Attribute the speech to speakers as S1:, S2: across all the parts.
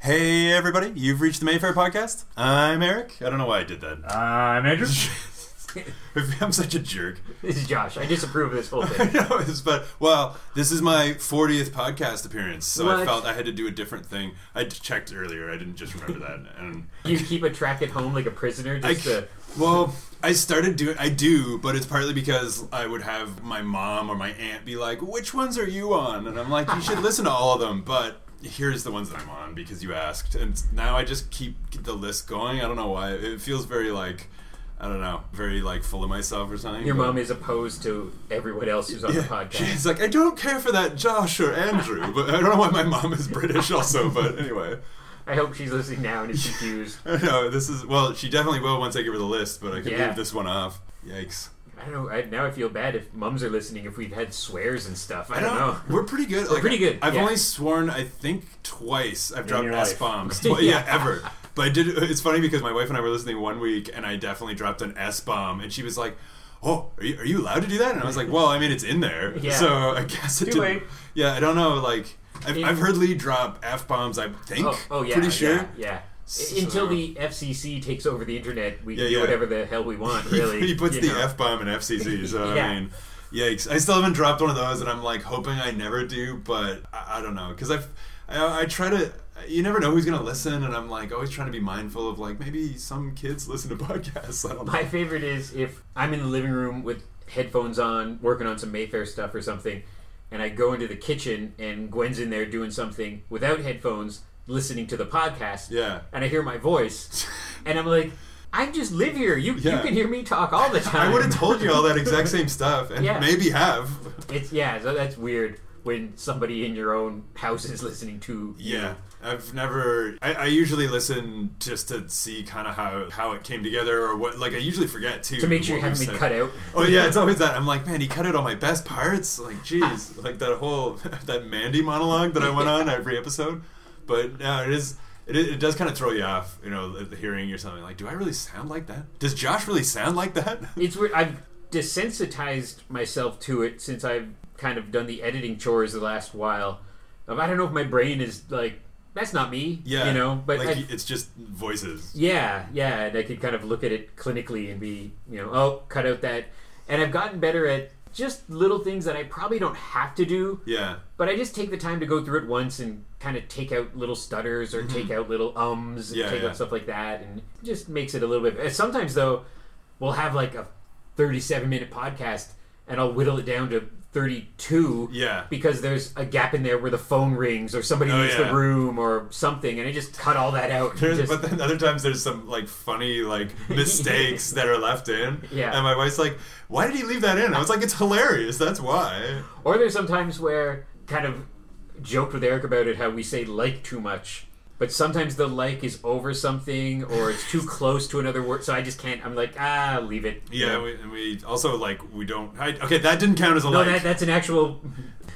S1: Hey, everybody, you've reached the Mayfair Podcast. I'm Eric. I don't know why I did
S2: Uh,
S1: that.
S2: I'm Andrew.
S1: I'm such a jerk.
S2: this is Josh. I disapprove of this whole
S1: I
S2: thing.
S1: know, it's but well, this is my 40th podcast appearance, so I
S2: What?
S1: felt I had to do a different thing. I d- checked earlier, I didn't just remember that. And
S2: You keep a track at home like a prisoner,
S1: I,
S2: just to
S1: well, I started doing, I do, but it's partly because I would have my mom or my aunt be like, "Which ones are you on?" And I'm like, "You should listen to all of them," but. Here's the ones that I'm on because you asked, and now I just keep the list going. I don't know why. It feels very like, I don't know, very like full of myself or something.
S2: your
S1: but-
S2: mom is opposed to everyone else who's on the podcast.
S1: She's like, I don't care for that Josh or Andrew, but I don't know why my mom is British also, but anyway.
S2: I hope she's listening now and is confused.
S1: I don't know, this is, well, she definitely will once I give her the list, but I could
S2: Yeah.
S1: leave this one off. Yikes.
S2: I don't know. I, now I feel bad if mums are listening. If we've had swears and stuff, I, don't know.
S1: We're pretty good. like,
S2: pretty good,
S1: I've
S2: yeah.
S1: only sworn, I think, twice. I've dropped
S3: your
S1: S
S3: life.
S1: bombs. Twi- yeah. ever. But I did. It's funny because my wife and I were listening one week, and I definitely dropped an S bomb, and she was like, "Oh, are you, are you allowed to do that?" And I was like, "Well, I mean, it's in there,
S2: Yeah.
S1: so I guess it
S3: Too
S1: didn't."
S3: late.
S1: Yeah, I don't know. Like, I've,
S2: It-
S1: I've heard Lee drop F bombs. I think.
S2: Oh, oh yeah,
S1: pretty sure.
S2: yeah, yeah.
S1: So-
S2: Until the FCC takes over the internet, we
S1: Yeah,
S2: can do
S1: yeah.
S2: whatever the hell we want.
S1: He-
S2: Really,
S1: he puts
S2: you
S1: the
S2: know.
S1: F bomb in FCC, so
S2: Yeah.
S1: I mean, yikes. I still haven't dropped one of those, and I'm like hoping I never do, but I, I don't know. Because I've. I, I try to. You never know who's gonna listen, and I'm like always trying to be mindful of like maybe some kids listen to podcasts. I don't know.
S2: My favorite is if I'm in the living room with headphones on, working on some Mayfair stuff or something, and I go into the kitchen and Gwen's in there doing something without headphones, listening to the podcast,
S1: Yeah.
S2: and I hear my voice, and I'm like, I just live here. You,
S1: Yeah.
S2: you can hear me talk all the time.
S1: I would have told you all that exact same stuff, and
S2: Yeah.
S1: maybe have.
S2: It's yeah, so that's weird when somebody in your own house is listening to you.
S1: Yeah, I've never. I, I usually listen just to see kind of how how it came together or what. Like I usually forget too
S2: to make sure you
S1: what
S2: haven't
S1: we've
S2: been
S1: said.
S2: cut out.
S1: Oh yeah, it's always that. I'm like, man, he cut out all my best parts. Like, jeez, like that whole that Mandy monologue that I went on every episode. But no, it is. It, it does kind of throw you off, you know, hearing or something like, "Do I really sound like that? Does Josh really sound like that?"
S2: It's weird. I've desensitized myself to it since I've kind of done the editing chores the last while. Um, I don't know if my brain is like that's not me.
S1: Yeah,
S2: you know, but
S1: like
S2: I-
S1: it's just voices.
S2: yeah, yeah, and I could kind of look at it clinically and be, you know, oh, cut out that. And I've gotten better at just little things that I probably don't have to do,
S1: Yeah,
S2: but I just take the time to go through it once and kind of take out little stutters or take out little ums and
S1: Mm-hmm. Yeah,
S2: take
S1: yeah.
S2: out stuff like that, and it just makes it a little bit. and Sometimes though, we'll have like a thirty-seven minute podcast, and I'll whittle it down to thirty-two.
S1: yeah.
S2: Because there's a gap in there where the phone rings or somebody
S1: Oh,
S2: leaves
S1: yeah.
S2: the room or something, and I just cut all that out. and
S1: There's,
S2: just-
S1: but then other times there's some like funny like mistakes that are left in.
S2: Yeah.
S1: And my wife's like, "Why did he leave that in?" I was like, "It's hilarious. That's why."
S2: Or there's sometimes where kind of joked with Eric about it how we say like too much. But sometimes the like is over something or it's too close to another word, so I just can't. I'm like, ah, leave it.
S1: Yeah,
S2: You know?
S1: We, and we also like we don't. I, okay, that didn't count as a
S2: no,
S1: like.
S2: that, that's an actual.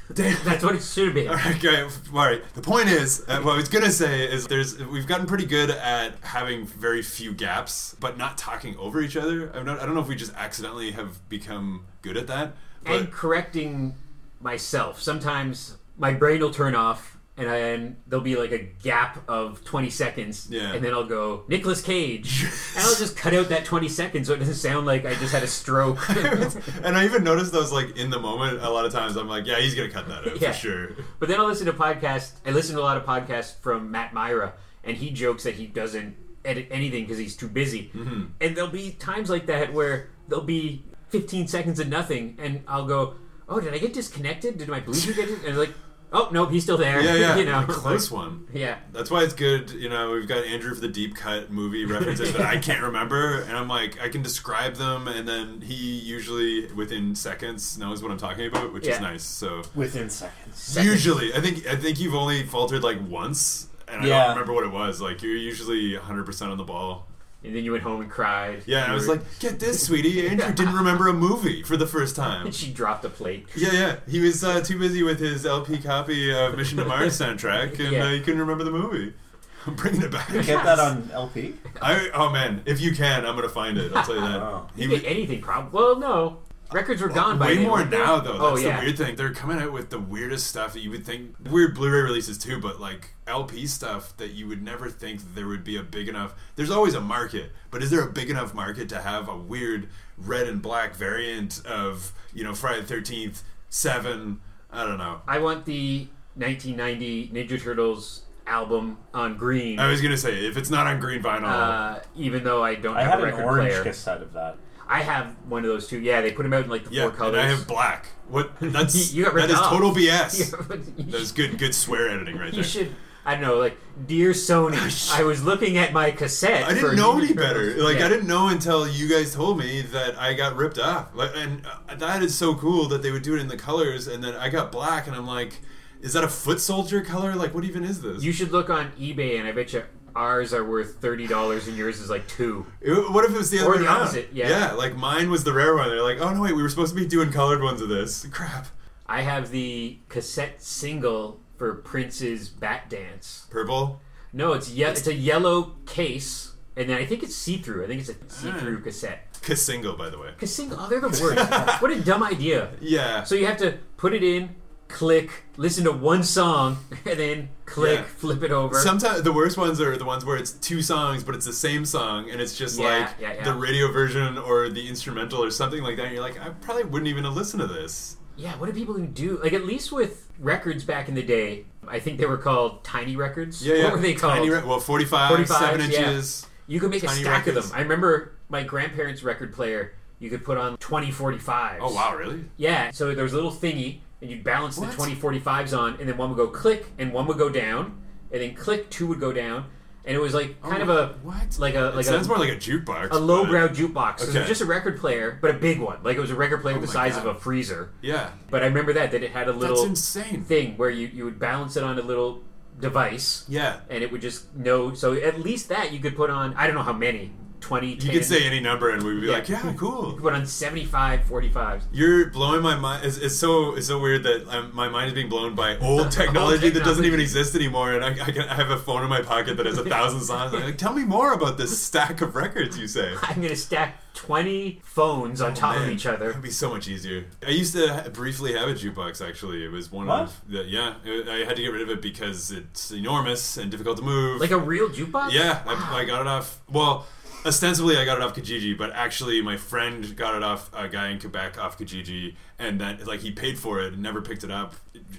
S2: That's what it should have been.
S1: Okay, all right. The point is, uh, what I was gonna say is, there's we've gotten pretty good at having very few gaps, but not talking over each other. I'm not, I don't know if we just accidentally have become good at that. But
S2: and correcting myself. Sometimes my brain will turn off, and, I, and there'll be like a gap of 20 seconds,
S1: Yeah.
S2: and then I'll go Nicolas Cage, and I'll just cut out that 20 seconds so it doesn't sound like I just had a stroke.
S1: and I even noticed those like in the moment. A lot of times, I'm like, yeah, he's gonna cut that out
S2: Yeah.
S1: for sure.
S2: But then I listen to podcasts. I listen to a lot of podcasts from Matt Myra, and he jokes that he doesn't edit anything because he's too busy. Mm-hmm. And there'll be times like that where there'll be 15 seconds of nothing, and I'll go, "Oh, did I get disconnected? Did my Bluetooth get?" dis-" And like, "Oh no, he's still there."
S1: Yeah, yeah,
S2: you know,
S1: a close one.
S2: Yeah.
S1: That's why it's good, you know. We've got Andrew for the deep cut movie references that I can't remember, and I'm like, I can describe them, and then he usually within seconds knows what I'm talking about, which is
S2: Yeah.
S1: nice. So
S3: within seconds.
S2: Seconds.
S1: Usually, I think I think you've only faltered like once, and I
S3: Yeah.
S1: don't remember what it was. Like you're usually 100 percent on the ball.
S2: And then you went home and cried.
S1: Yeah, and I
S2: You
S1: was
S2: were-
S1: like, "Get this, sweetie." Andrew didn't remember a movie for the first time.
S2: and she dropped a plate.
S1: Yeah, yeah, he was uh, too busy with his LP copy of Mission to Mars soundtrack, and
S2: Yeah.
S1: uh, he couldn't remember the movie. I'm bringing it back.
S3: Get that on LP.
S1: I, oh man, if you can, I'm gonna find it. I'll tell you that.
S3: Wow.
S1: He
S2: You get anything, probably. Well, no. Records were gone by
S1: Way
S2: then,
S1: more
S2: weren't they?
S1: now though. That's
S2: oh
S1: the
S2: yeah.
S1: weird thing. They're coming out with the weirdest stuff that you would think weird Blu-ray releases too, but like LP stuff that you would never think that there would be a big enough. There's always a market, but is there a big enough market to have a weird red and black variant of you know Friday the Thirteenth Seven? I don't know.
S2: I want the 1990 Ninja Turtles album on green.
S1: I was gonna say if it's not on green vinyl,
S2: uh, even though I don't
S3: I
S2: have
S3: had
S2: a
S3: an
S2: record
S3: orange
S2: player,
S3: cassette of that.
S2: I have one of those too. Yeah, they put them out in like the
S1: yeah,
S2: four colors.
S1: and I have black. What? That's
S2: You got
S1: that
S2: ripped
S1: is
S2: off.
S1: total BS.
S2: You
S1: That's good, good swear editing right
S2: You
S1: there.
S2: should. I don't know, like, dear Sony, I was looking at my cassette.
S1: I
S2: for
S1: didn't know
S2: Ninja
S1: any
S2: Turtles.
S1: better. Like
S2: Yeah.
S1: I didn't know until you guys told me that I got ripped off. Like, and uh, that is so cool that they would do it in the colors. And then I got black, and I'm like, is that a foot soldier color? Like, what even is this?
S2: You should look on eBay, and I bet you ours are worth thirty dollars, and yours is like two.
S1: It- what if it was the other
S2: Or
S1: way
S2: the
S1: around?
S2: opposite, yeah.
S1: like mine was the rare one. They're like, oh no, wait, we were supposed to be doing colored ones of this. Crap.
S2: I have the cassette single for Prince's Bat Dance.
S1: Purple.
S2: No, it's ye- it's a yellow case, and then I think it's see through. I think it's
S1: Ah.
S2: a see through cassette.
S1: Kiss single, by the way.
S2: Cause single, oh, they're the worst. what a dumb idea.
S1: Yeah.
S2: So you have to put it in, click, listen to one song, and then click,
S1: Yeah.
S2: flip it over.
S1: Sometimes the worst ones are the ones where it's two songs, but it's the same song, and it's just
S2: Yeah,
S1: like
S2: yeah, yeah.
S1: the radio version or the instrumental or something like that. And you're like, I probably wouldn't even listen to this.
S2: yeah, what do people even do? Like at least with records back in the day, I think they were called tiny records.
S1: Yeah, yeah.
S2: What were they called?
S1: Tiny re- well, 45,
S2: 45s,
S1: seven
S2: yeah.
S1: inches.
S2: You could make
S1: Tiny
S2: a stack
S1: records.
S2: of them. I remember my grandparents' record player. You could put on 2045s.
S1: Oh wow, really?
S2: Yeah. So there was a little thingy, and you'd balance
S1: What?
S2: the 2045s on, and then one would go click, and one would go down, and then click, two would go down, and it was like kind of a
S1: Oh, what?
S2: like a
S1: it
S2: like
S1: sounds
S2: a,
S1: more like a jukebox.
S2: a lowbrow
S1: but-
S2: jukebox. So it
S1: Okay.
S2: was just a record player, but a big one. Like it was a record player the
S1: Oh my
S2: size
S1: God.
S2: of a freezer.
S1: Yeah,
S2: But I remember that that it had a
S1: that's
S2: little
S1: insane.
S2: thing where you you would balance it on a little device.
S1: yeah,
S2: and it would just know. So at least that you could put on. I don't know how many. Twenty.
S1: you
S2: 10,
S1: could say any number, and we'd be
S2: Yeah.
S1: like, yeah, cool.
S2: You could put on 75, 45s.
S1: You're blowing my mind. It's, it's so it's so weird that um my mind is being blown by old technology, that doesn't
S2: technology.
S1: even exist anymore. And I, I, can, I have a phone in my pocket that has a thousand songs. I'm like, tell me more about this stack of records you say.
S2: I'm gonna stack twenty phones on top
S1: Oh, Man,
S2: of each other.
S1: That'd be so much easier. I used to ha- briefly have a jukebox. Actually, it was one
S3: What?
S1: of the yeah. It, I had to get rid of it because it's enormous and difficult to move.
S2: Like a real jukebox.
S1: Yeah, I, I got it off. Well, ostensibly I got it off Kijiji, but actually my friend got it off a guy in Quebec off Kijiji, and that like he paid for it and never picked it up.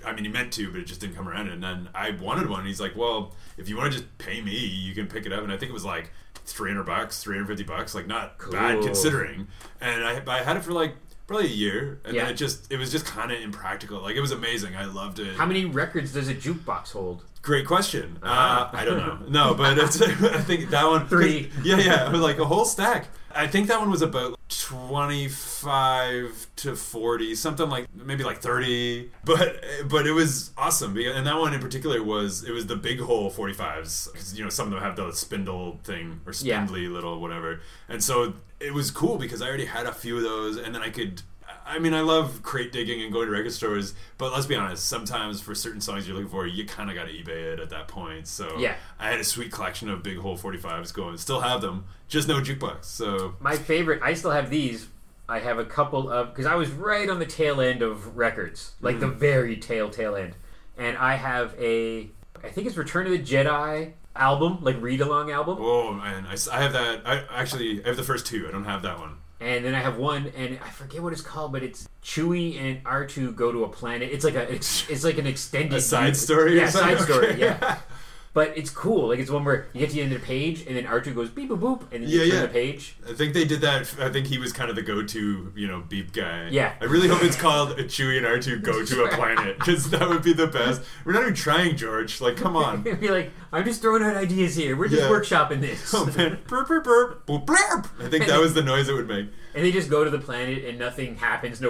S1: I mean, he meant to, but it just didn't come around. And then I wanted one, and he's like, "Well, if you want to just pay me, you can pick it up." And I think it was like three hundred bucks, three hundred fifty bucks, like not bad
S2: Cool.
S1: considering. And I, I had it for like probably a year, and
S2: Yeah.
S1: then it just it was just kind of impractical. Like it was amazing. I loved it.
S2: How many records does a jukebox hold?
S1: Great question. Uh, I don't know. No, but it's, I think that one.
S2: Ah. Three.
S1: Yeah, yeah, it was like a whole stack. I think that one was about twenty-five to forty, something like maybe like thirty. But but it was awesome, because- and that one in particular was it was the big hole forty-fives because you know some of them have the spindle thing or
S2: Yeah.
S1: spindly little whatever, and so it was cool because I already had a few of those, and then I could. I mean, I love crate digging and going to record stores, but let's be honest. Sometimes for certain songs you're looking for, you kind of got to eBay it at that point. So
S2: Yeah.
S1: I had a sweet collection of big hole 45s going. Still have them, just no jukebox. So
S2: My favorite. I still have these. I have a couple of because I was right on the tail end of records, like
S1: Hmm.
S2: the very tail tail end, and I have a. I think it's Return of the Jedi album, like read along album.
S1: oh man, I, s- I have that. I actually I have the first two. I don't have that one.
S2: And then I have one, and I forget what it's called, but it's Chewie and R2 go to a planet. It's like a it's, it's like an extended
S1: A side story. or
S2: Yeah,
S1: something?
S2: side story.
S1: Okay.
S2: Yeah, but it's cool. Like it's one where you get to the end of the page, and then R2 goes beep boop boop, and then you
S1: Yeah,
S2: turn
S1: yeah.
S2: the page.
S1: I think they did that. I think he was kind of the go-to, you know, beep guy.
S2: Yeah.
S1: I really hope it's called a Chewie and R two go to a planet because that would be the best. We're not even trying, George. Like, come on.
S2: It'd be like, I'm just throwing out ideas here. We're just
S1: Yeah.
S2: workshopping this,
S1: Oh man, burp, burp, burp, boop, blurp. I think that was the noise it would make.
S2: and they just go to the planet, and nothing happens, no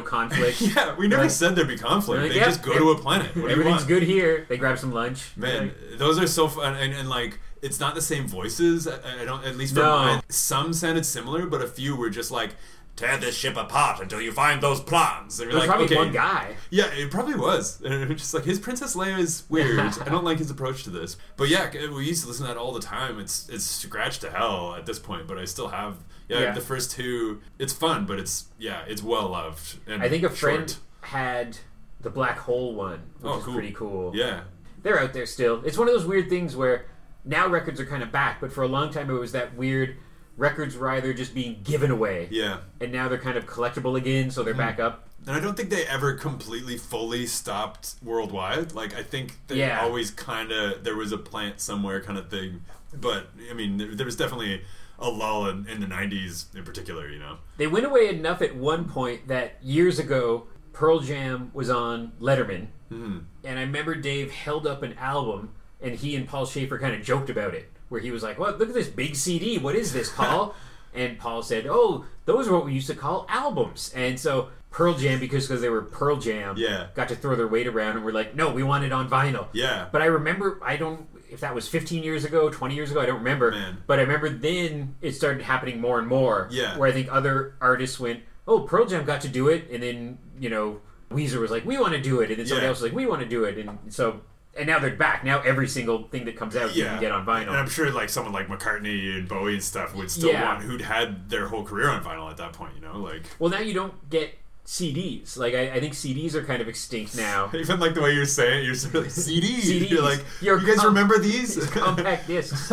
S2: conflict.
S1: Yeah, we never
S2: Right.
S1: said there'd be conflict.
S2: Like,
S1: They
S2: yeah,
S1: just go to a planet. What do you
S2: Everything's
S1: want?
S2: good here. They grab some lunch.
S1: Man,
S2: Like,
S1: those are so fun, and, and like it's not the same voices. I, I don't, at least for
S2: No.
S1: mine. Some sounded similar, but a few were just like
S4: Tear this ship apart until you find those plans.
S1: And
S2: There's
S1: you're like,
S2: probably
S1: okay,
S2: one guy.
S1: Yeah, it probably was. And it's just like his Princess Leia is weird. I don't like his approach to this. But yeah, we used to listen to that all the time. It's it's scratched to hell at this point, but I still have yeah,
S2: Yeah.
S1: the first two. It's fun, but it's yeah, it's well loved. And
S2: I think a friend
S1: short.
S2: had the black hole one, which
S1: Oh,
S2: is
S1: cool.
S2: pretty cool.
S1: Yeah,
S2: They're out there still. It's one of those weird things where now records are kind of back, but for a long time it was that weird records were either just being given away,
S1: yeah.
S2: and now they're kind of collectible again, so they're back up.
S1: And I don't think they ever completely fully stopped worldwide. Like I think they
S2: Yeah.
S1: always kind of there was a plant somewhere kind of thing. But I mean, there, there was definitely a lull in, in the '90s in particular. You know.
S2: They went away enough at one point that years ago, Pearl Jam was on Letterman,
S1: Mm-hmm.
S2: and I remember Dave held up an album, and he and Paul Schaefer kind of joked about it, where he was like, "Well, look at this big CD. What is this, Paul?" and Paul said, "Oh, those are what we used to call albums." And so Pearl Jam, because because they were Pearl Jam,
S1: Yeah.
S2: got to throw their weight around, and we're like, "No, we want it on vinyl."
S1: Yeah.
S2: But I remember, I don't, if that was 15 years ago, 20 years ago, I don't remember.
S1: Man.
S2: But I remember then it started happening more and more.
S1: Yeah.
S2: Where I think other artists went, oh, Pearl Jam got to do it. And then, you know, Weezer was like, we want to do it. And then somebody
S1: Yeah.
S2: else was like, we want to do it. And so, and now they're back. Now every single thing that comes out you can get
S1: And
S2: on vinyl.
S1: I'm sure like someone like McCartney and Bowie and stuff would still
S2: Yeah.
S1: want who'd had their whole career on vinyl at that point, you know? Like
S2: Well, now you don't get CDs. Like, I, I think CDs are kind of extinct now.
S1: even like the way you're saying it, you're sort of like CDs.
S2: CDs.
S1: You're like
S2: Your
S1: you guys
S2: com-
S1: remember these?
S2: Compact discs.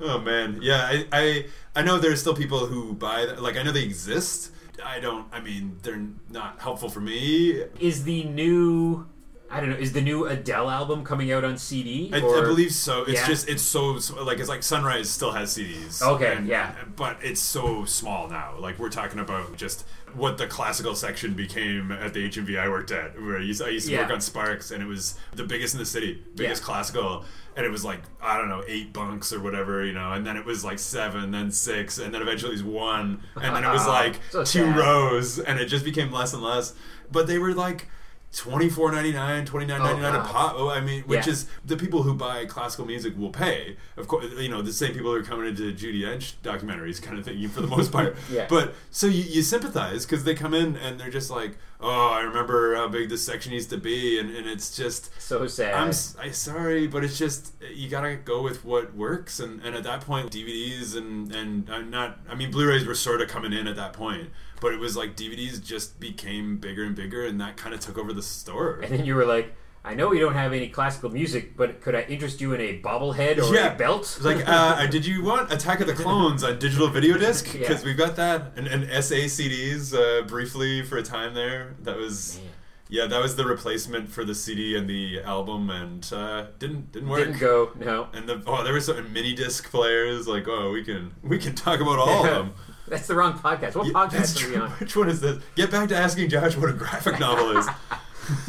S1: oh man. Yeah, I, I I know there's still people who buy that like I know they exist. I don't I mean they're not helpful for me.
S2: Is the new. I don't know. Is the new Adele album coming out on CD?
S1: I, I
S2: or-
S1: believe so. It's
S2: Yeah.
S1: just it's so, so like it's like Sunrise still has CDs.
S2: Okay,
S1: and-
S2: yeah.
S1: But it's so small now. Like we're talking about just what the classical section became at the HMV I worked at. Where I used, I used to
S2: Yeah.
S1: work on Sparks, and it was the biggest in the city, biggest
S2: Yeah.
S1: classical. And it was like I don't know eight bunks or whatever, you know. And then it was like seven, then six, and then eventually it was one, and then it was like
S2: So
S1: two
S2: sad.
S1: rows, and it just became less and less. But they were like. Twenty four ninety nine, twenty nine ninety nine
S2: Oh,
S1: a
S2: God.
S1: pop. Oh, I mean, which
S2: Yeah.
S1: is the people who buy classical music will pay. Of course, you know the same people who are coming into Judy Dench documentaries, kind of thing, for the most part.
S2: Yeah.
S1: But so you, you sympathize because they come in and they're just like, "Oh, I remember how big this section used to be," and, and it's just,
S2: So sad.
S1: I'm s- I, sorry, but it's just you gotta go with what works. And, and at that point, DVDs and and I'm not. I mean, Blu-rays were sort of coming in at that point, but it was like DVDs just became bigger and bigger, and that kind of took over the store.
S2: And then you were like, I know we don't have any classical music, but could I interest you in a bobblehead or
S1: Yeah.
S2: a belt?
S1: It's like, uh, did you want Attack of the Clones on digital video disc?
S2: Yeah.
S1: Because we've got that and, and SA CDs uh, briefly for a time there. That was,
S2: Man.
S1: yeah, that was the replacement for the CD and the album, and uh, didn't didn't work.
S2: Didn't go, no.
S1: And the oh, there were some mini disc players. Like, oh, we can we can talk about all of them.
S2: That's the wrong podcast. What
S1: Yeah, that's
S2: podcast are we
S1: true.
S2: on?
S1: Which one is this? Get back to asking Josh what a graphic novel is.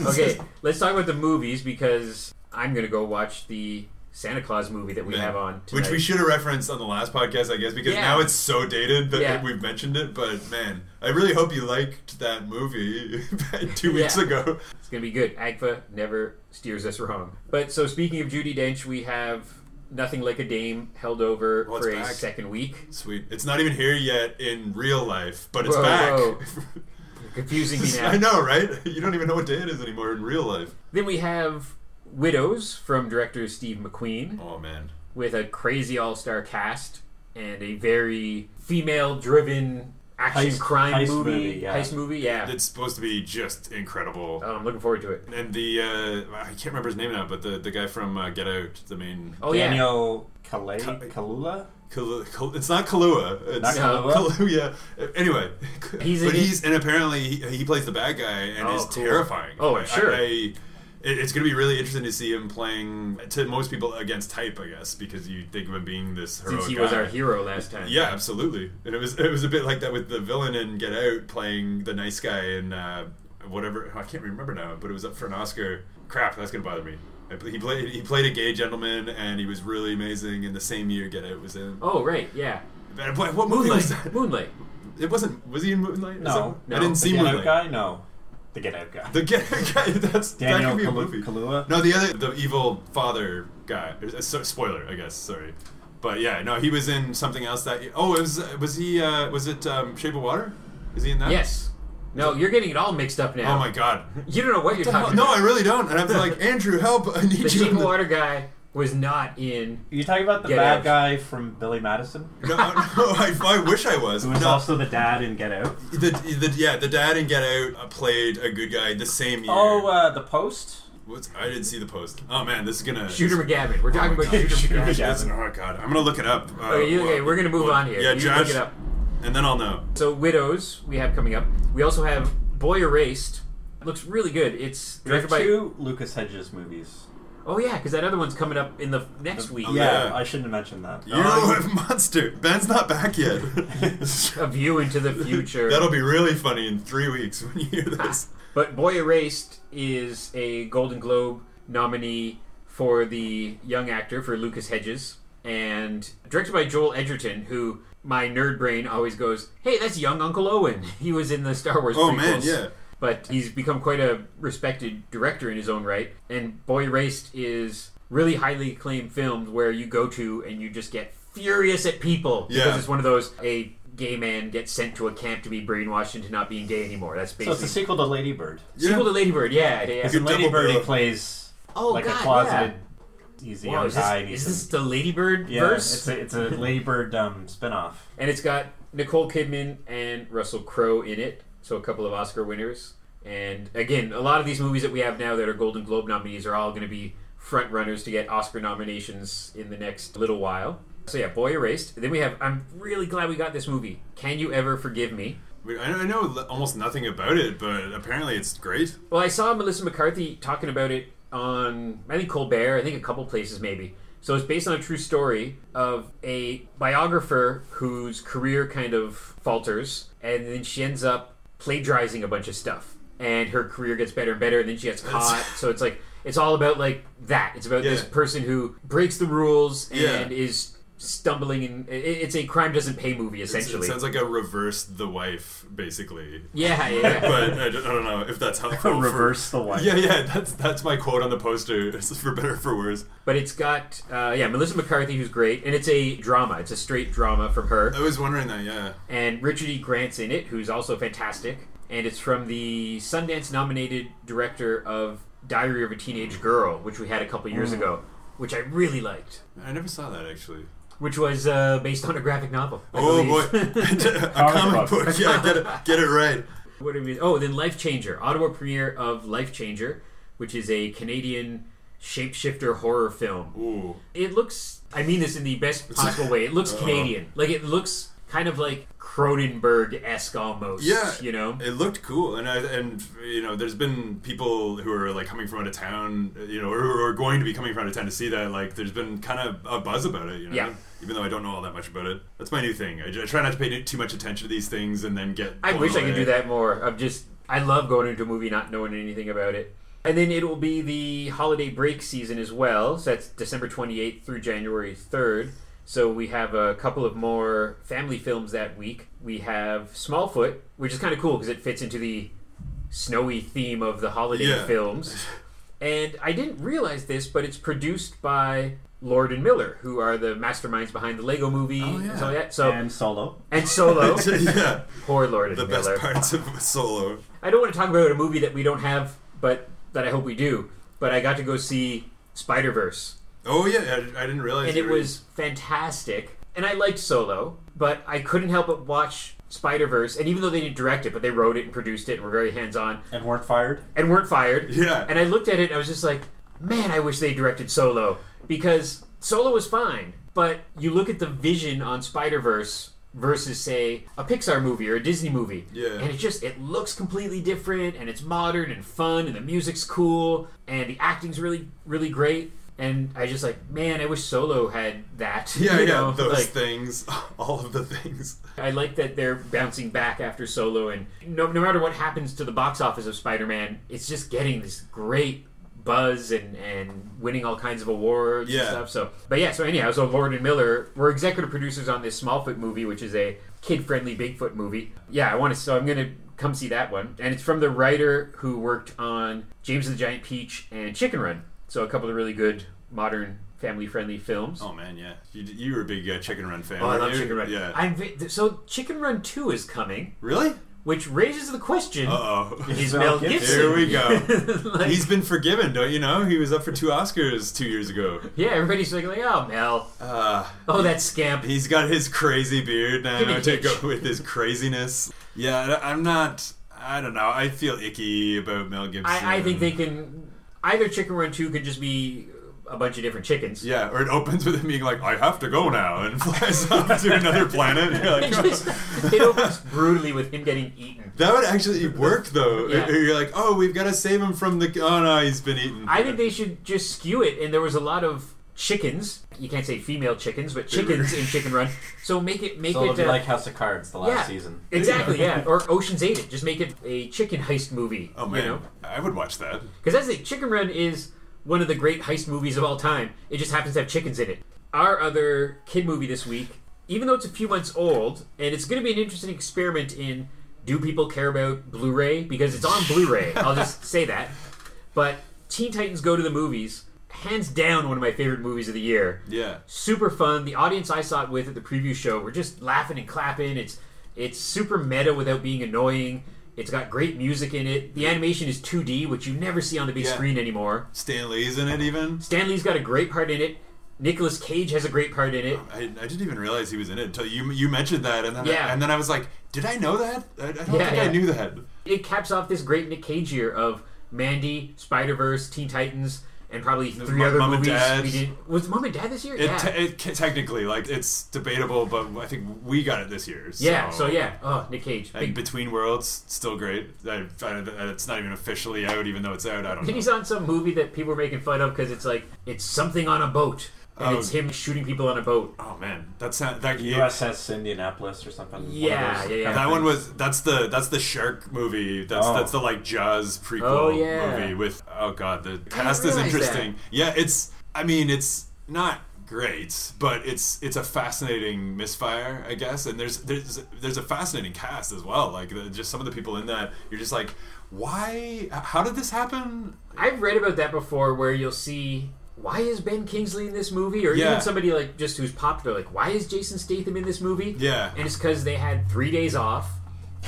S2: Okay, let's talk about the movies because I'm going to go watch the Santa Claus movie that we have on tonight.
S1: Which we should have referenced on the last podcast, I guess, because
S2: Yeah.
S1: now it's so dated that
S2: Yeah.
S1: we've mentioned it. But man, I really hope you liked that movie two weeks
S2: Yeah.
S1: ago.
S2: It's going to be good. AGFA never steers us wrong. But so speaking of Judy Dench, we have Nothing Like a Dame held over
S1: Well, Oh, it's
S2: for a
S1: back.
S2: second week.
S1: Sweet. It's not even here yet in real life, but it's
S2: Whoa,
S1: back.
S2: whoa. Confusing me now.
S1: I know, right? You don't even know what day it is anymore in real life.
S2: Then we have Widows from director Steve McQueen.
S1: Oh man.
S2: with a crazy all-star cast and a very female-driven action
S3: Heist-
S2: crime
S3: heist
S2: movie,
S3: movie, yeah.
S2: heist movie. Yeah,
S1: It's supposed to be just incredible.
S2: oh, I'm looking forward to it.
S1: And the uh, I can't remember his name now, but the, the guy from uh, Get Out, the main
S2: Oh yeah,
S3: Daniel Kalei,
S1: Ka-
S3: Kalula?
S1: Kalu- Kal- it's not Kahlua. It's
S3: Not
S2: No.
S3: Kalua?
S1: Kaluuya. Anyway,
S2: He's
S1: but
S2: in-
S1: he's and apparently he, he plays the bad guy and
S2: Oh,
S1: is
S2: cool.
S1: terrifying.
S2: Oh, I'm
S1: I-
S2: sure.
S1: I- it- it's going to be really interesting to see him playing to most people against type, I guess, because you think of him being this heroic
S2: since he was
S1: guy.
S2: our hero last time.
S1: Yeah, absolutely. And it was it was a bit like that with the villain in Get Out playing the nice guy in uh, whatever I can't remember now, but it was up for an Oscar. Crap, that's gonna bother me. He played he played a gay gentleman, and he was really amazing. And the same year Get Out was in.
S2: Oh right, yeah.
S1: Man, What, what movie was
S2: Moonlight.
S1: that?
S2: Moonlight.
S1: It wasn't. Was he in Moonlight? Is
S3: No,
S1: that-
S2: no.
S1: I didn't
S3: The
S1: see
S3: Get
S1: Moonlight.
S3: Out guy? No. The Get Out guy.
S1: The Get Out guy. That's that
S3: Daniel
S1: could be a
S3: Kalu-
S1: movie.
S3: Kalua?
S1: No, the other, the evil father guy. Uh, so- Spoiler, I guess. Sorry, but yeah, no, he was in something else that. Oh, it was was he? Uh, was it um, Shape of Water? Is he in that?
S2: Yes. No, you're getting it all mixed up now.
S1: Oh my god.
S2: You don't know what you're talking
S1: No,
S2: about.
S1: I really don't. And I'm like, Andrew, help! I need
S2: the
S1: you. in
S2: Chief
S1: the-
S2: Water guy was not in.
S3: You talking about the
S2: Get
S3: bad
S2: Out.
S3: guy from Billy Madison,
S1: No, no, I, I wish I was.
S3: who was
S1: no,
S3: also the dad in Get Out?
S1: the, the yeah, the dad in Get Out uh, played a good guy the same year.
S3: Oh, uh, the Post.
S1: What's, I didn't see the post. Oh man, this is gonna
S2: Shooter McGavin. We're talking about Shooter
S1: Shooter
S2: McGavin.
S1: McGavin. That's- Oh god, I'm gonna look it up. Uh,
S2: Okay, you- okay,
S1: well,
S2: we're gonna move
S1: well,
S2: on here.
S1: Yeah,
S2: You
S1: Josh,
S2: look it up.
S1: and then I'll know.
S2: So widows we have coming up. We also have Boy Erased. Looks really good. It's
S3: There's
S2: directed by.
S3: two Lucas Hedges movies. Oh,
S2: Oh yeah, because that other one's coming up in the next week.
S1: oh, Yeah.
S3: I shouldn't have mentioned that.
S1: You have monster. Ben's not back yet.
S2: A view into the future.
S1: That'll be really funny in three weeks when you hear this.
S2: But Boy Erased is a Golden Globe nominee for the young actor for Lucas Hedges and directed by Joel Edgerton, who my nerd brain always goes, "Hey, that's young Uncle Owen. He was in the Star Wars."
S1: Oh
S2: prequels.
S1: man, yeah.
S2: But he's become quite a respected director in his own right, and Boy Erased is really highly acclaimed film where you go to and you just get furious at people because
S1: Yeah.
S2: it's one of those a gay man gets sent to a camp to be brainwashed into not being gay anymore. That's
S3: So
S2: basically
S3: it's a sequel to Lady Bird.
S2: Sequel to Ladybird, yeah. yeah.
S1: Good double
S3: Ladybird he
S1: bill.
S3: plays
S2: Oh
S3: like
S2: god,
S3: a closeted,
S2: yeah.
S3: he's a
S2: Wow,
S3: young
S2: is this,
S3: guy. and
S2: is
S3: he's
S2: this the Ladybird
S3: in, yeah,
S2: verse?
S3: it's a, it's a Ladybird um, spinoff.
S2: and it's got Nicole Kidman and Russell Crowe in it, so a couple of Oscar winners. And again, a lot of these movies that we have now that are Golden Globe nominees are all going to be front runners to get Oscar nominations in the next little while. So yeah, Boy Erased. Then we have. I'm really glad we got this movie. Can you ever forgive me?
S1: Wait, I I know l- almost nothing about it, but apparently it's great.
S2: Well, I saw Melissa McCarthy talking about it on, I think Colbert, I think a couple places maybe. So it's based on a true story of a biographer whose career kind of falters, and then she ends up plagiarizing a bunch of stuff, and her career gets better and better, and then she gets caught. so it's like it's all about like that. It's about this
S1: Yeah.
S2: person who breaks the rules and
S1: Yeah.
S2: is stumbling, and it's a crime doesn't pay movie
S1: It's-
S2: essentially.
S1: It sounds like a reverse the wife, basically.
S2: yeah, yeah. yeah.
S1: But I don't, I don't know if that's helpful. for-
S3: Reverse the wife.
S1: Yeah, yeah, that's that's my quote on the poster. It's for better or for worse.
S2: But it's got uh, yeah Melissa McCarthy who's great, and it's a drama. It's a straight drama from her,
S1: I was wondering that. Yeah,
S2: and Richard E. Grant's in it, who's also fantastic. And it's from the Sundance-nominated director of Diary of a Teenage Girl, which we had a couple
S1: Mm.
S2: years ago, which I really liked.
S1: I never saw that actually.
S2: Which was uh, based on a graphic novel. I
S1: Oh
S2: believe.
S1: boy, a comic book. Yeah, get it, get it right.
S2: What do you mean? Oh, then Life Changer, Ottawa premiere of Life Changer, which is a Canadian shapeshifter horror film.
S1: Ooh,
S2: It looks. I mean this in the best possible way. It looks Canadian. Like it looks kind of like Cronenberg esque almost.
S1: Yeah.
S2: You know.
S1: it looked cool, and I, and you know, there's been people who are like coming from out of town, you know, or who are going to be coming from out of town to see that. Like, there's been kind of a buzz about it, you know.
S2: Yeah.
S1: Even though I don't know all that much about it, that's my new thing. I, j- I try not to pay too much attention to these things, and then get.
S2: I
S1: blown
S2: wish I could
S1: away.
S2: do that more. I'm just. I love going into a movie not knowing anything about it. And then it will be the holiday break season as well. So that's December 28th through January 3rd. So we have a couple of more family films that week. We have Smallfoot, which is kind of cool because it fits into the snowy theme of the holiday
S1: Yeah.
S2: films. And I didn't realize this, but it's produced by Lord and Miller, who are the masterminds behind the Lego movie
S1: Oh, yeah.
S2: and all that. So
S3: And Solo.
S2: and Solo.
S1: yeah,
S2: Poor Lord and
S1: the
S2: Miller.
S1: best parts of Solo.
S2: I don't want to talk about a movie that we don't have, but that I hope we do. But I got to go see Spider Verse,
S1: Oh yeah, I, I didn't realize.
S2: and
S1: they
S2: it
S1: were-
S2: was fantastic. And I liked Solo, but I couldn't help but watch Spider Verse. And even though they didn't direct it, but they wrote it and produced it and were very hands on
S3: And weren't fired.
S2: and weren't fired.
S1: Yeah.
S2: And I looked at it and I was just like, man, I wish they directed Solo because Solo was fine, but you look at the vision on Spider Verse versus say a Pixar movie or a Disney movie.
S1: Yeah.
S2: And it just it looks completely different and it's modern and fun and the music's cool and the acting's really really great. And I just like, man, I wish Solo had that.
S1: Yeah,
S2: you
S1: yeah,
S2: know,
S1: those
S2: like-
S1: things, all of the things.
S2: I like that they're bouncing back after Solo, and no, no matter what happens to the box office of Spider Man, it's just getting this great buzz and, and winning all kinds of awards and
S1: Yeah.
S2: stuff. So, but yeah, so anyhow, so Lord and Miller were executive producers on this Smallfoot movie, which is a kid friendly Bigfoot movie. Yeah, I want to, so I'm going to come see that one. And it's from the writer who worked on James and the Giant Peach and Chicken Run. So, a couple of really good modern family friendly films.
S1: Oh man, yeah, you, you were a big uh, Chicken Run fan.
S2: Oh, I
S1: weren't
S2: love
S1: you?
S2: Chicken Run.
S1: Yeah,
S2: I'm, vi- so Chicken Run Two is coming.
S1: really?
S2: which raises the question:
S1: Uh oh.
S2: Is Mel
S3: Mel Gibson.
S2: Gibson?
S1: Here we go.
S2: Like,
S1: He's been forgiven, don't you know? He was up for two Oscars two years ago.
S2: yeah, everybody's like, like, "Oh, Mel,
S1: Uh,
S2: oh that scamp."
S1: he's got his crazy beard
S2: Give me
S1: now
S2: a
S1: to
S2: hitch.
S1: go with his craziness. Yeah, I- I'm not. I don't know. I feel icky about Mel Gibson.
S2: I, I think they can either Chicken Run Two could just be a bunch of different chickens.
S1: Yeah, or it opens with him being like, "I have to go now," and flies off to another planet. You're like, "Oh."
S2: It, just, it opens brutally with him getting eaten.
S1: That would actually work though.
S2: Yeah.
S1: You're like, oh, we've got to save him from the. Oh no, he's been eaten.
S2: I think they should just skew it. And there was a lot of chickens. You can't say female chickens, but chickens in Chicken Run. So make it make
S3: So it'll
S2: it
S3: be
S2: uh,
S3: like House of Cards the last
S2: yeah.
S3: season.
S2: exactly yeah, or Ocean's Eight. It just make it a chicken heist movie.
S1: Oh man,
S2: you know,
S1: I would watch that.
S2: because that's it. Chicken Run is one of the great heist movies of all time. It just happens to have chickens in it. Our other kid movie this week, even though it's a few months old, and it's going to be an interesting experiment in do people care about Blu-ray because it's on Blu-ray. I'll just say that. But Teen Titans Go to the Movies, hands down one of my favorite movies of the year
S1: Yeah.
S2: super fun. The audience I saw it with at the preview show were just laughing and clapping. It's it's super meta without being annoying. It's got great music in it. The animation is 2D, which you never see on the big
S1: Yeah.
S2: screen anymore.
S1: Stan Lee's in it even.
S2: Stanley's got a great part in it. Nicolas Cage has a great part in it.
S1: I, I didn't even realize he was in it until you you mentioned that, and then
S2: Yeah.
S1: I, and then I was like, did I know that? I, I don't
S2: Yeah,
S1: think
S2: yeah.
S1: I knew that.
S2: It caps off this great Nick Cage year of Mandy, Spider Verse, Teen Titans, and probably three
S1: Mom-
S2: other
S1: Mom and
S2: movies
S1: Dad.
S2: we did. Was Mom and Dad this year?
S1: It,
S2: yeah.
S1: te- it ca- technically like it's debatable, but I think we got it this year. So.
S2: yeah. So yeah. Oh, Nick Cage.
S1: And
S2: Big
S1: Between Worlds, still great. I, I, it's not even officially out, even though it's out. I don't know.
S2: He's on some movie that people were making fun of because it's like it's something on a boat, and it's him shooting people on a boat.
S1: Oh man, that sound that
S3: USS Indianapolis or something. one of
S2: Yeah,
S3: those
S2: yeah, yeah.
S3: kind of
S1: That one
S3: things.
S1: was that's the that's the shark movie. That's
S3: Oh.
S1: that's the like Jaws prequel
S2: Oh, yeah.
S1: movie with oh god the cast is
S2: realize that.
S1: interesting. Yeah, it's I mean it's not great, but it's it's a fascinating misfire, I guess. And there's there's there's a fascinating cast as well. Like the, just some of the people in that, you're just like, why? How did this happen?
S2: I've read about that before, where you'll see why is Ben Kingsley in this movie, or
S1: Yeah.
S2: even somebody like just who's popular, like why is Jason Statham in this movie?
S1: Yeah.
S2: and it's because they had three days off,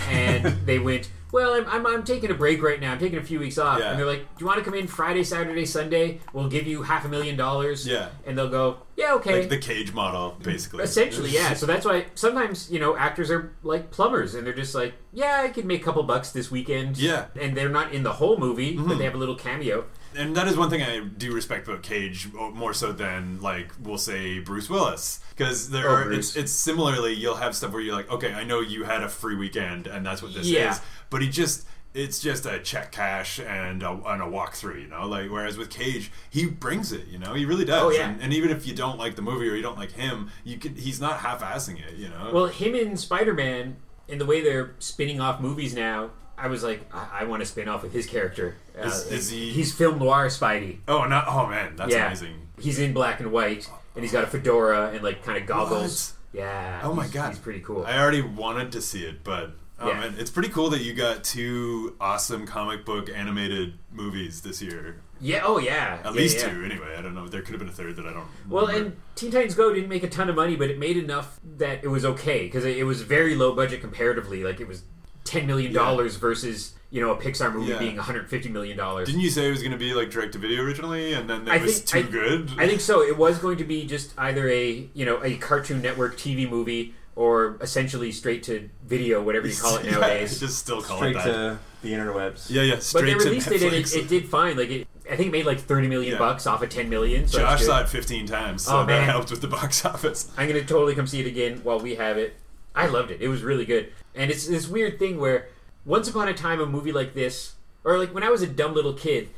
S2: and they went. Well, I'm, I'm, I'm taking a break right now. I'm taking a few weeks off.
S1: Yeah.
S2: And they're like, Do you want to come in Friday, Saturday, Sunday? We'll give you half a million dollars.
S1: Yeah.
S2: And they'll go, Yeah, okay.
S1: Like the cage model, basically.
S2: Essentially, yeah. So that's why sometimes you know actors are like plumbers, and they're just like, yeah, I could make a couple bucks this weekend.
S1: Yeah. Mm-hmm.
S2: and they're not in the whole movie, but they have a little cameo.
S1: and that is one thing I do respect about Cage o- more so than like we'll say Bruce Willis because there
S2: Oh,
S1: are
S2: Bruce.
S1: it's it's similarly you'll have stuff where you're like okay I know you had a free weekend and that's what this
S2: Yeah.
S1: is but he just it's just a check cash and a, and a walkthrough you know like whereas with Cage he brings it you know he really does
S2: Oh, yeah.
S1: and, and even if you don't like the movie or you don't like him you can he's not half-assing it you know
S2: Well, him and Spider Man, and the way they're spinning off movies now, I was like, I, I want to spin off with his character. Uh,
S1: Is- is he-
S2: He's film noir Spidey.
S1: oh no oh man that's
S2: yeah,
S1: amazing
S2: he's in black and white, and he's got a fedora and like kind of goggles.
S1: What?
S2: Yeah.
S1: Oh my
S2: he's-
S1: God.
S2: he's pretty cool.
S1: I already wanted to see it, but oh
S2: Yeah.
S1: man, it's pretty cool that you got two awesome comic book animated movies this year.
S2: yeah. Oh yeah.
S1: At
S2: yeah,
S1: least
S2: yeah.
S1: two, anyway. I don't know. There could have been a third that I don't.
S2: Well,
S1: remember.
S2: and Teen Titans Go didn't make a ton of money, but it made enough that it was okay because it it was very low budget comparatively. Like it was ten million dollars versus you know a Pixar movie
S1: Yeah.
S2: being one hundred fifty million dollars.
S1: didn't you say it was going to be like direct to video originally, and then it
S2: I
S1: was too
S2: think- I-
S1: good?
S2: I think so. It was going to be just either a you know a Cartoon Network TV movie or essentially straight to video, whatever you call it
S1: Yeah,
S2: nowadays.
S1: just still call
S3: straight
S1: it that.
S3: to the interwebs.
S1: yeah, yeah,
S2: but
S1: straight
S2: they
S1: to
S2: released it
S1: Netflix.
S2: and it, it did fine. Like it, I think it made like thirty million
S1: Yeah.
S2: bucks off of ten million. So
S1: Josh
S2: that's good.
S1: saw it 15 times, so
S2: Oh,
S1: that
S2: man.
S1: helped with the box office.
S2: I'm gonna totally come see it again while we have it. I loved it. It was really good. And it's this weird thing where once upon a time a movie like this, or like when I was a dumb little kid,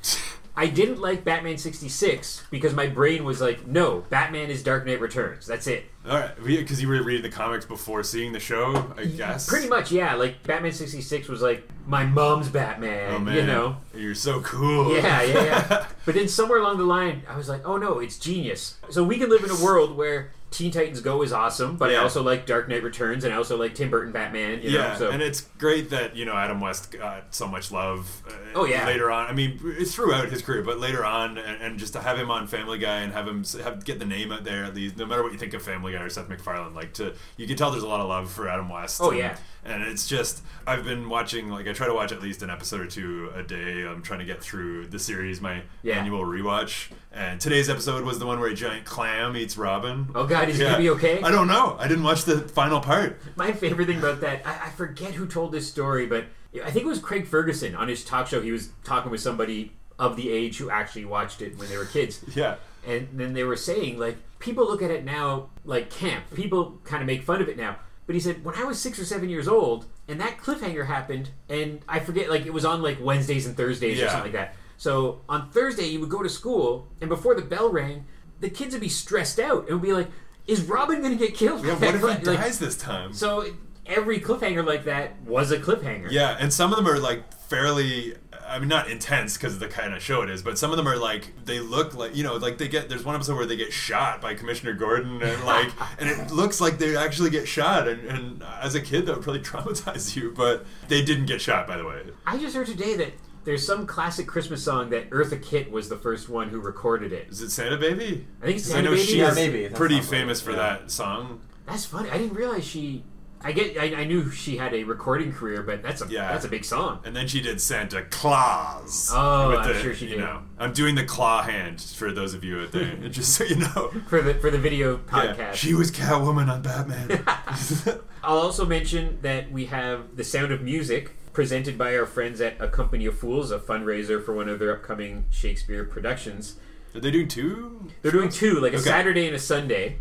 S2: I didn't like Batman sixty six because my brain was like, no, Batman is Dark Knight Returns. That's it.
S1: All right, because you were reading the comics before seeing the show, I guess.
S2: Pretty much, yeah. Like Batman sixty six was like my mom's Batman.
S1: Oh man,
S2: You know.
S1: you're so cool.
S2: Yeah, yeah, yeah. but then somewhere along the line, I was like, oh no, it's genius. So we can live in a world where Teen Titans Go is awesome, but I
S1: Yeah.
S2: also like Dark Knight Returns, and I also like Tim Burton Batman. You
S1: yeah,
S2: know, so
S1: and it's great that you know Adam West got so much love. Uh,
S2: Oh, yeah.
S1: later on, I mean, it's throughout his career, but later on, and, and just to have him on Family Guy and have him s- have, get the name out there at least, no matter what you think of Family Guy or Seth MacFarlane, like to you can tell there's a lot of love for Adam West.
S2: Oh,
S1: and,
S2: yeah.
S1: and it's just I've been watching like I try to watch at least an episode or two a day. I'm trying to get through the series, my
S2: Yeah.
S1: annual rewatch, and today's episode was the one where a giant clam eats Robin.
S2: oh god, is it gonna be okay?
S1: I don't know. I didn't watch the final part.
S2: My favorite thing about that, I, I forget who told this story, but I think it was Craig Ferguson on his talk show. He was talking with somebody of the age who actually watched it when they were kids.
S1: Yeah.
S2: And then they were saying, like, people look at it now like camp. People kind of make fun of it now. But he said, when I was six or seven years old, and that cliffhanger happened, and I forget, like, it was on, like, Wednesdays and Thursdays or
S1: Yeah.
S2: something like that. So on Thursday, you would go to school, and before the bell rang, the kids would be stressed out. It would be like, is Robin going to get killed?
S1: Yeah, what if he
S2: Like,
S1: dies this time?
S2: so every cliffhanger like that was a cliffhanger.
S1: yeah, and some of them are like fairly. I mean, not intense because of the kind of show it is, but some of them are like they look like you know, like they get. There's one episode where they get shot by Commissioner Gordon, and like, and it looks like they actually get shot. And, and as a kid, that would really traumatize you. But they didn't get shot, by the way.
S2: I just heard today that there's some classic Christmas song that Eartha Kitt was the first one who recorded it.
S1: Is it Santa Baby?
S2: I think it's
S1: 'Cause
S2: Santa
S1: I know
S2: Baby.
S1: she's
S3: Yeah, maybe. That
S1: pretty
S3: sounds like
S1: famous
S3: it,
S1: for
S3: yeah.
S1: that song.
S2: That's funny. I didn't realize she. I get. I, I knew she had a recording career, but that's a
S1: Yeah.
S2: that's a big song.
S1: And then she did Santa Claus.
S2: Oh, I'm sure she
S1: you
S2: did.
S1: Know, I'm doing the claw hand for those of you out there, just so you know.
S2: For the for the video
S1: Yeah,
S2: podcast,
S1: she was Catwoman on Batman.
S2: I'll also mention that we have the Sound of Music presented by our friends at A Company of Fools, a fundraiser for one of their upcoming Shakespeare productions.
S1: Did they do two?
S2: They're doing two, like a
S1: Okay.
S2: Saturday and a Sunday.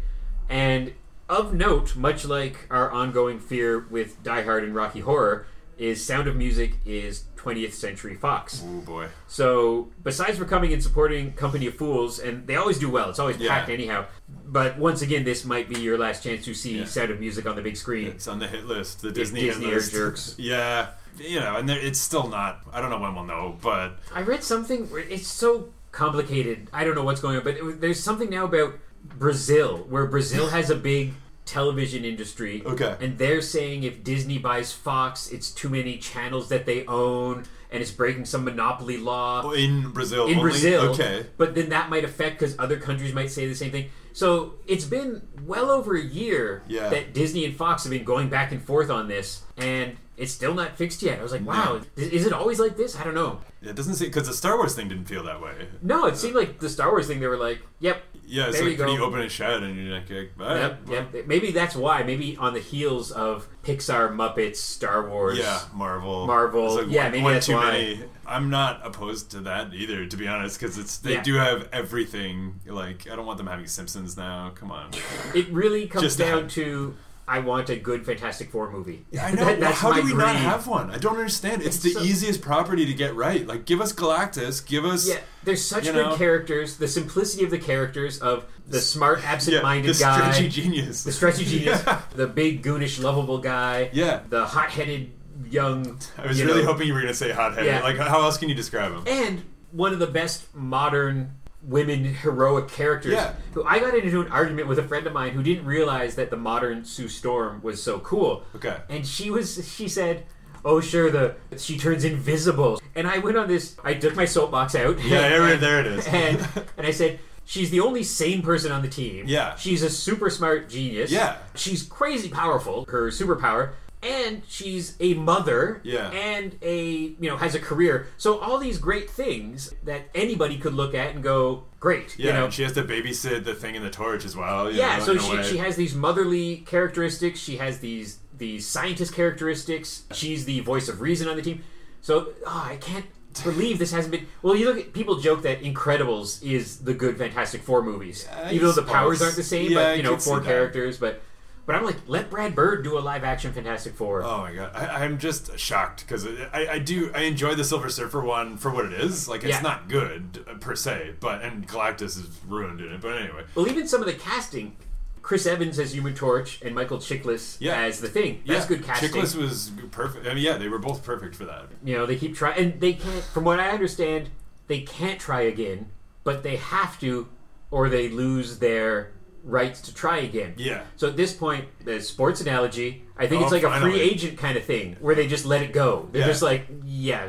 S2: And of note, much like our ongoing fear with Die Hard and Rocky Horror, is Sound of Music is 20th Century Fox.
S1: Oh boy.
S2: So besides for coming and supporting Company of Fools, and they always do well, it's always
S1: Yeah.
S2: packed anyhow. But once again, this might be your last chance to see Sound of Music on the big screen.
S1: It's on the hit list, the Disney,
S2: Disney
S1: hit
S2: are
S1: list.
S2: jerks.
S1: Yeah. You know, and there- it's still not. I don't know when we'll know, but
S2: I read something. Where it's so complicated. I don't know what's going on, but it, there's something now about Brazil, where Brazil has a big television industry.
S1: Okay.
S2: And they're saying if Disney buys Fox, it's too many channels that they own, and it's breaking some monopoly law
S1: in Brazil.
S2: in
S1: only?
S2: Brazil.
S1: Okay.
S2: But then that might affect because other countries might say the same thing. So it's been well over a year
S1: Yeah.
S2: that Disney and Fox have been going back and forth on this, and it's still not fixed yet. I was like, wow, is, is it always like this? I don't know.
S1: It doesn't seem because the Star Wars thing didn't feel that way.
S2: No, it seemed like the Star Wars thing. They were like, "Yep,
S1: Yeah, it's
S2: There you
S1: like
S2: go.
S1: pretty open and shut, and you're like, like, all right,
S2: yep, yep." Maybe that's why. Maybe on the heels of Pixar, Muppets, Star Wars.
S1: Yeah, Marvel.
S2: Marvel.
S1: It's
S2: Yeah, maybe that's
S1: too
S2: why.
S1: many. I'm not opposed to that either, to be honest, because it's they
S2: Yeah.
S1: do have everything. Like, I don't want them having Simpsons now. Come on.
S2: it really comes
S1: Just
S2: down
S1: that.
S2: to I want a good Fantastic Four movie.
S1: I know.
S2: That- that's
S1: How
S2: my
S1: do we not
S2: greed.
S1: have one? I don't understand. It's,
S2: It's
S1: the
S2: so-
S1: easiest property to get right. Like, give us Galactus. Give us.
S2: Yeah, there's such
S1: You
S2: good
S1: know?
S2: characters. The simplicity of the characters of the smart,
S1: Yeah,
S2: absent-minded
S1: the
S2: guy,
S1: stretchy genius.
S2: the stretchy genius, the big goonish, lovable guy,
S1: Yeah.
S2: the hot-headed young.
S1: I was
S2: you
S1: really
S2: know,
S1: hoping you were going to say hothead.
S2: Yeah.
S1: Like, how else can you describe him?
S2: and one of the best modern women heroic characters
S1: Yeah.
S2: who I got into an argument with a friend of mine who didn't realize that the modern Sue Storm was so cool.
S1: Okay.
S2: And she was she said, "Oh sure, the she turns invisible." And I went on this I took my soapbox out.
S1: Yeah, there,
S2: and,
S1: there it is.
S2: And and I said, "She's the only sane person on the team.
S1: Yeah.
S2: She's a super smart genius.
S1: Yeah.
S2: She's crazy powerful, her superpower, and she's a mother
S1: Yeah.
S2: and a you know has a career so all these great things that anybody could look at and go great
S1: yeah,
S2: you know
S1: and she has to babysit the thing in the torch as well. you
S2: yeah
S1: know,
S2: so
S1: in a way.
S2: she, she has these motherly characteristics she has these these scientist characteristics she's the voice of reason on the team so oh, i can't believe this hasn't been well you look at people joke that incredibles is the good fantastic four movies
S1: I
S2: even though the powers
S1: suppose.
S2: aren't the same
S1: Yeah, I
S2: but you know
S1: could see
S2: four
S1: that.
S2: characters but but i'm like let brad bird do a live action fantastic four
S1: Oh my god, I, I'm just shocked because I, I do I enjoy the Silver Surfer one for what it is. Like it's
S2: Yeah.
S1: not good uh, per se, but and Galactus is ruined in it. But anyway,
S2: Well, even some of the casting, Chris Evans as Human Torch and Michael Chiklis
S1: Yeah.
S2: as the Thing. That's
S1: yeah,
S2: good casting.
S1: Chiklis was perfect. I mean, yeah, they were both perfect for that.
S2: You know, they keep trying, and they can't. From what I understand, they can't try again, but they have to, or they lose their rights to try again.
S1: Yeah.
S2: So at this point, the sports analogy, I think
S1: Oh,
S2: it's like a free
S1: finally.
S2: agent kind of thing where they just let it go. They're
S1: Yeah.
S2: just like, yeah,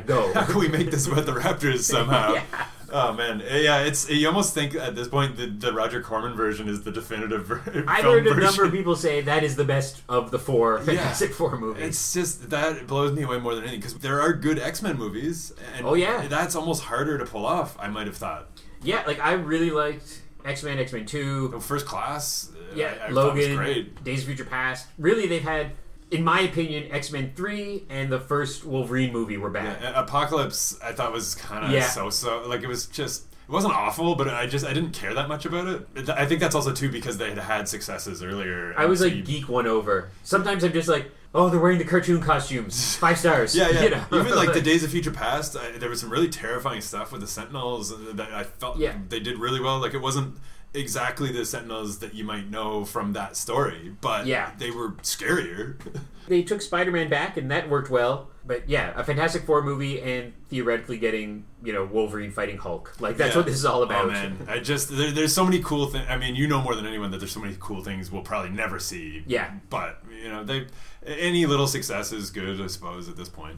S2: go.
S1: How can we make this about the Raptors somehow? Oh man, yeah, it's you almost think at this point the, the Roger Corman version is the definitive ver-
S2: I've
S1: film
S2: heard a
S1: version.
S2: number of people say that is the best of the four
S1: Yeah.
S2: Fantastic Four movies.
S1: It's just that blows me away more than anything because there are good X Men movies, and
S2: Oh, yeah.
S1: that's almost harder to pull off. I might have thought
S2: yeah, like I really liked X Men, X Men Two,
S1: The Oh, First Class, uh,
S2: yeah,
S1: I, I thought was
S2: Logan,
S1: great.
S2: Days of Future Past. Really, they've had, in my opinion, X Men Three and the first Wolverine movie were bad.
S1: Yeah, Apocalypse, I thought was kind of
S2: Yeah.
S1: so so. Like it was just. It wasn't awful, but I just I didn't care that much about it. Th- I think that's also too because they had had successes earlier.
S2: I was
S1: and
S2: like
S1: so you-
S2: geek one over. Sometimes I'm just like, oh, they're wearing the cartoon costumes. Five stars.
S1: Yeah, yeah.
S2: You know?
S1: Even like the Days of Future Past, I, there was some really terrifying stuff with the Sentinels uh, that I felt
S2: Yeah.
S1: they did really well. Like it wasn't exactly the Sentinels that you might know from that story, but
S2: Yeah.
S1: they were scarier.
S2: they took Spider-Man back, and that worked well. But yeah, a Fantastic Four movie, and theoretically getting you know Wolverine fighting Hulk. Like that's
S1: Yeah.
S2: what this is all about.
S1: Oh man, I just there, there's so many cool things. I mean, you know more than anyone that there's so many cool things we'll probably never see.
S2: Yeah.
S1: but you know, they any little success is good, I suppose, at this point.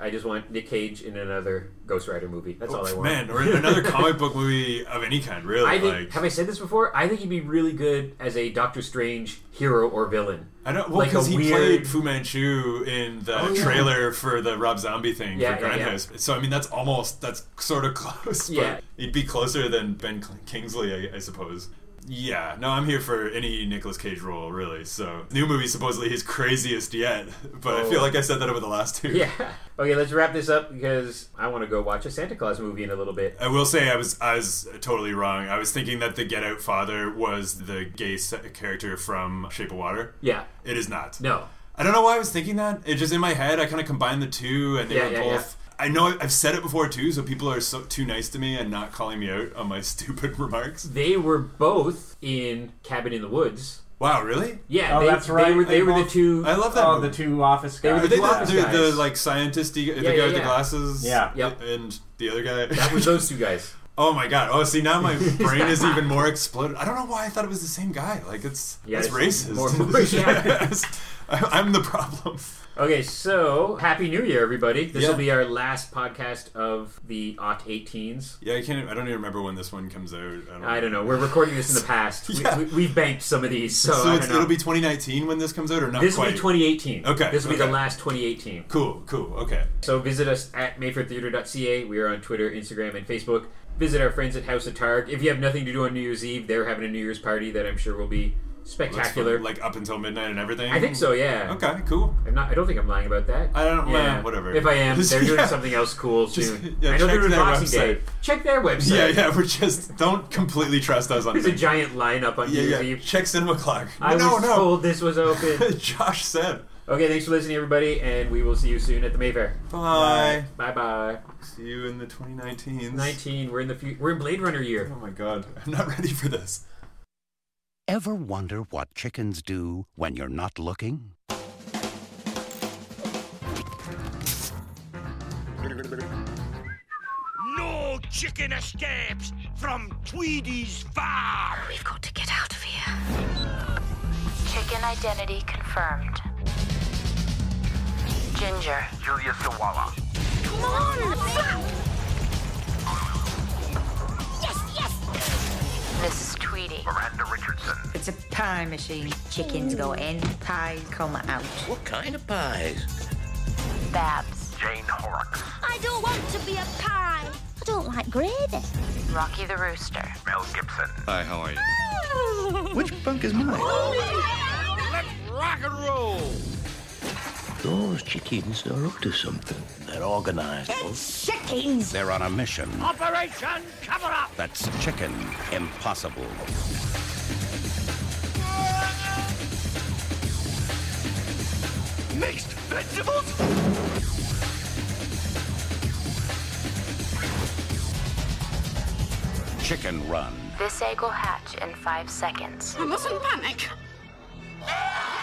S2: I just want Nick Cage in another Ghost Rider movie. That's all I want.
S1: Oh, Man, or in another comic book movie of any kind, really.
S2: I think
S1: like,
S2: have I said this before? I think he'd be really good as a Doctor Strange hero or villain.
S1: I don't well
S2: Like
S1: because
S2: a
S1: he
S2: weird- Oh,
S1: played Fu Manchu in the
S2: yeah.
S1: trailer for the Rob Zombie thing
S2: Yeah,
S1: for
S2: yeah, yeah.
S1: Grindhouse. So I mean that's almost that's sort of close. But
S2: Yeah.
S1: he'd be closer than Ben Cl- Kingsley, I, I suppose. Yeah, no, I'm here for any Nicolas Cage role, really. So new movie supposedly his craziest yet, but I feel like I said that over the last two.
S2: Oh. Yeah. Okay, let's wrap this up because I want to go watch a Santa Claus movie in a little bit.
S1: I will say I was I was totally wrong. I was thinking that the Get Out father was the gay se- character from Shape of Water.
S2: Yeah.
S1: It is not.
S2: No.
S1: I don't know why I was thinking that. It just in my head, I kind of combined the two, and they
S2: Yeah,
S1: were
S2: yeah,
S1: both. I know I've said it before too, so people are so too nice to me and not calling me out on my stupid remarks.
S2: They were both in Cabin in the Woods.
S1: Wow, really?
S2: Yeah,
S3: Oh,
S2: they,
S3: that's right.
S2: They were, they
S3: They
S2: were the
S3: both-
S2: two.
S1: I love that.
S3: oh,
S1: movie.
S3: the two office
S2: They were
S3: guys.
S1: Are they
S2: Glass
S1: the, the, the
S2: guys.
S1: like scientisty, the
S2: Yeah,
S1: guy
S2: yeah,
S1: with the
S2: yeah.
S1: glasses,
S3: Yeah.
S2: Yep.
S1: and the other guy.
S2: that was those two guys.
S1: oh my god! Oh, see now my brain is even more exploded. I don't know why I thought it was the same guy. Like it's
S2: Yeah,
S1: that's
S2: it's
S1: racist.
S2: more- more- yeah.
S1: I- I'm the problem.
S2: Okay, so happy New Year, everybody! This will
S1: Yeah.
S2: be our last podcast of the Aught 18s.
S1: Yeah, I can't. I don't even remember when this one comes out.
S2: I don't know. We're recording this in the past. We,
S1: Yeah.
S2: we, we banked some of these, so,
S1: So
S2: I
S1: it's,
S2: don't know.
S1: it'll be 2019 when this comes out, or not
S2: this will
S1: quite?
S2: be 2018.
S1: Okay,
S2: this will be the
S1: okay.
S2: last 2018.
S1: Cool, cool, okay.
S2: So visit us at mayfairtheater.ca. We are on Twitter, Instagram, and Facebook. Visit our friends at House of Targ. If you have nothing to do on New Year's Eve, they're having a New Year's party that I'm sure will be
S1: That's
S2: spectacular.
S1: fun, Like up until midnight and everything.
S2: I think so. Yeah.
S1: Okay, cool.
S2: I'm not. I don't think I'm lying about that.
S1: I don't- well, whatever.
S2: If I am, they're doing
S1: Yeah.
S2: something else cool
S1: Just-
S2: soon.
S1: yeah,
S2: I know
S1: check
S2: they're doing
S1: their
S2: Boxing Day.
S1: website.
S2: Check their website.
S1: Yeah, yeah. We're just don't completely trust us on
S2: There's a
S1: things.
S2: giant lineup on New
S1: Yeah,
S2: Year's
S1: yeah.
S2: Eve.
S1: Check cinema clock.
S2: I
S1: no,
S2: was
S1: no.
S2: told this was open.
S1: Josh said.
S2: okay, thanks for listening, everybody, and we will see you soon at the Mayfair.
S1: Bye.
S2: Bye bye.
S1: See you in the 2019s.
S2: 19. We're in the fu- we're in Blade Runner year.
S1: Oh my god, I'm not ready for this.
S5: Ever wonder what chickens do when you're not looking?
S6: No chicken escapes from Tweedy's farm.
S7: We've got to get out of here. Chicken identity confirmed. Ginger.
S6: Julius Sawala.
S7: Come on! Yes, yes! Mrs. Tweedy.
S6: Miranda Richardson.
S8: It's a pie machine. Chickens go in, pies come out.
S9: What kind of pies?
S7: Babs.
S6: Jane Horrocks.
S10: I don't want to be a pie. I don't like gravy.
S7: Rocky the Rooster.
S6: Mel Gibson.
S9: Which bunk is mine?
S6: Rock and roll.
S9: Those chickens are up to something. They're organized.
S10: Chickens.
S5: They're on a mission
S6: Operation Cover Up.
S5: that's chicken impossible.
S6: Mixed vegetables.
S5: Chicken run.
S7: This egg will hatch in five seconds.
S10: I mustn't panic.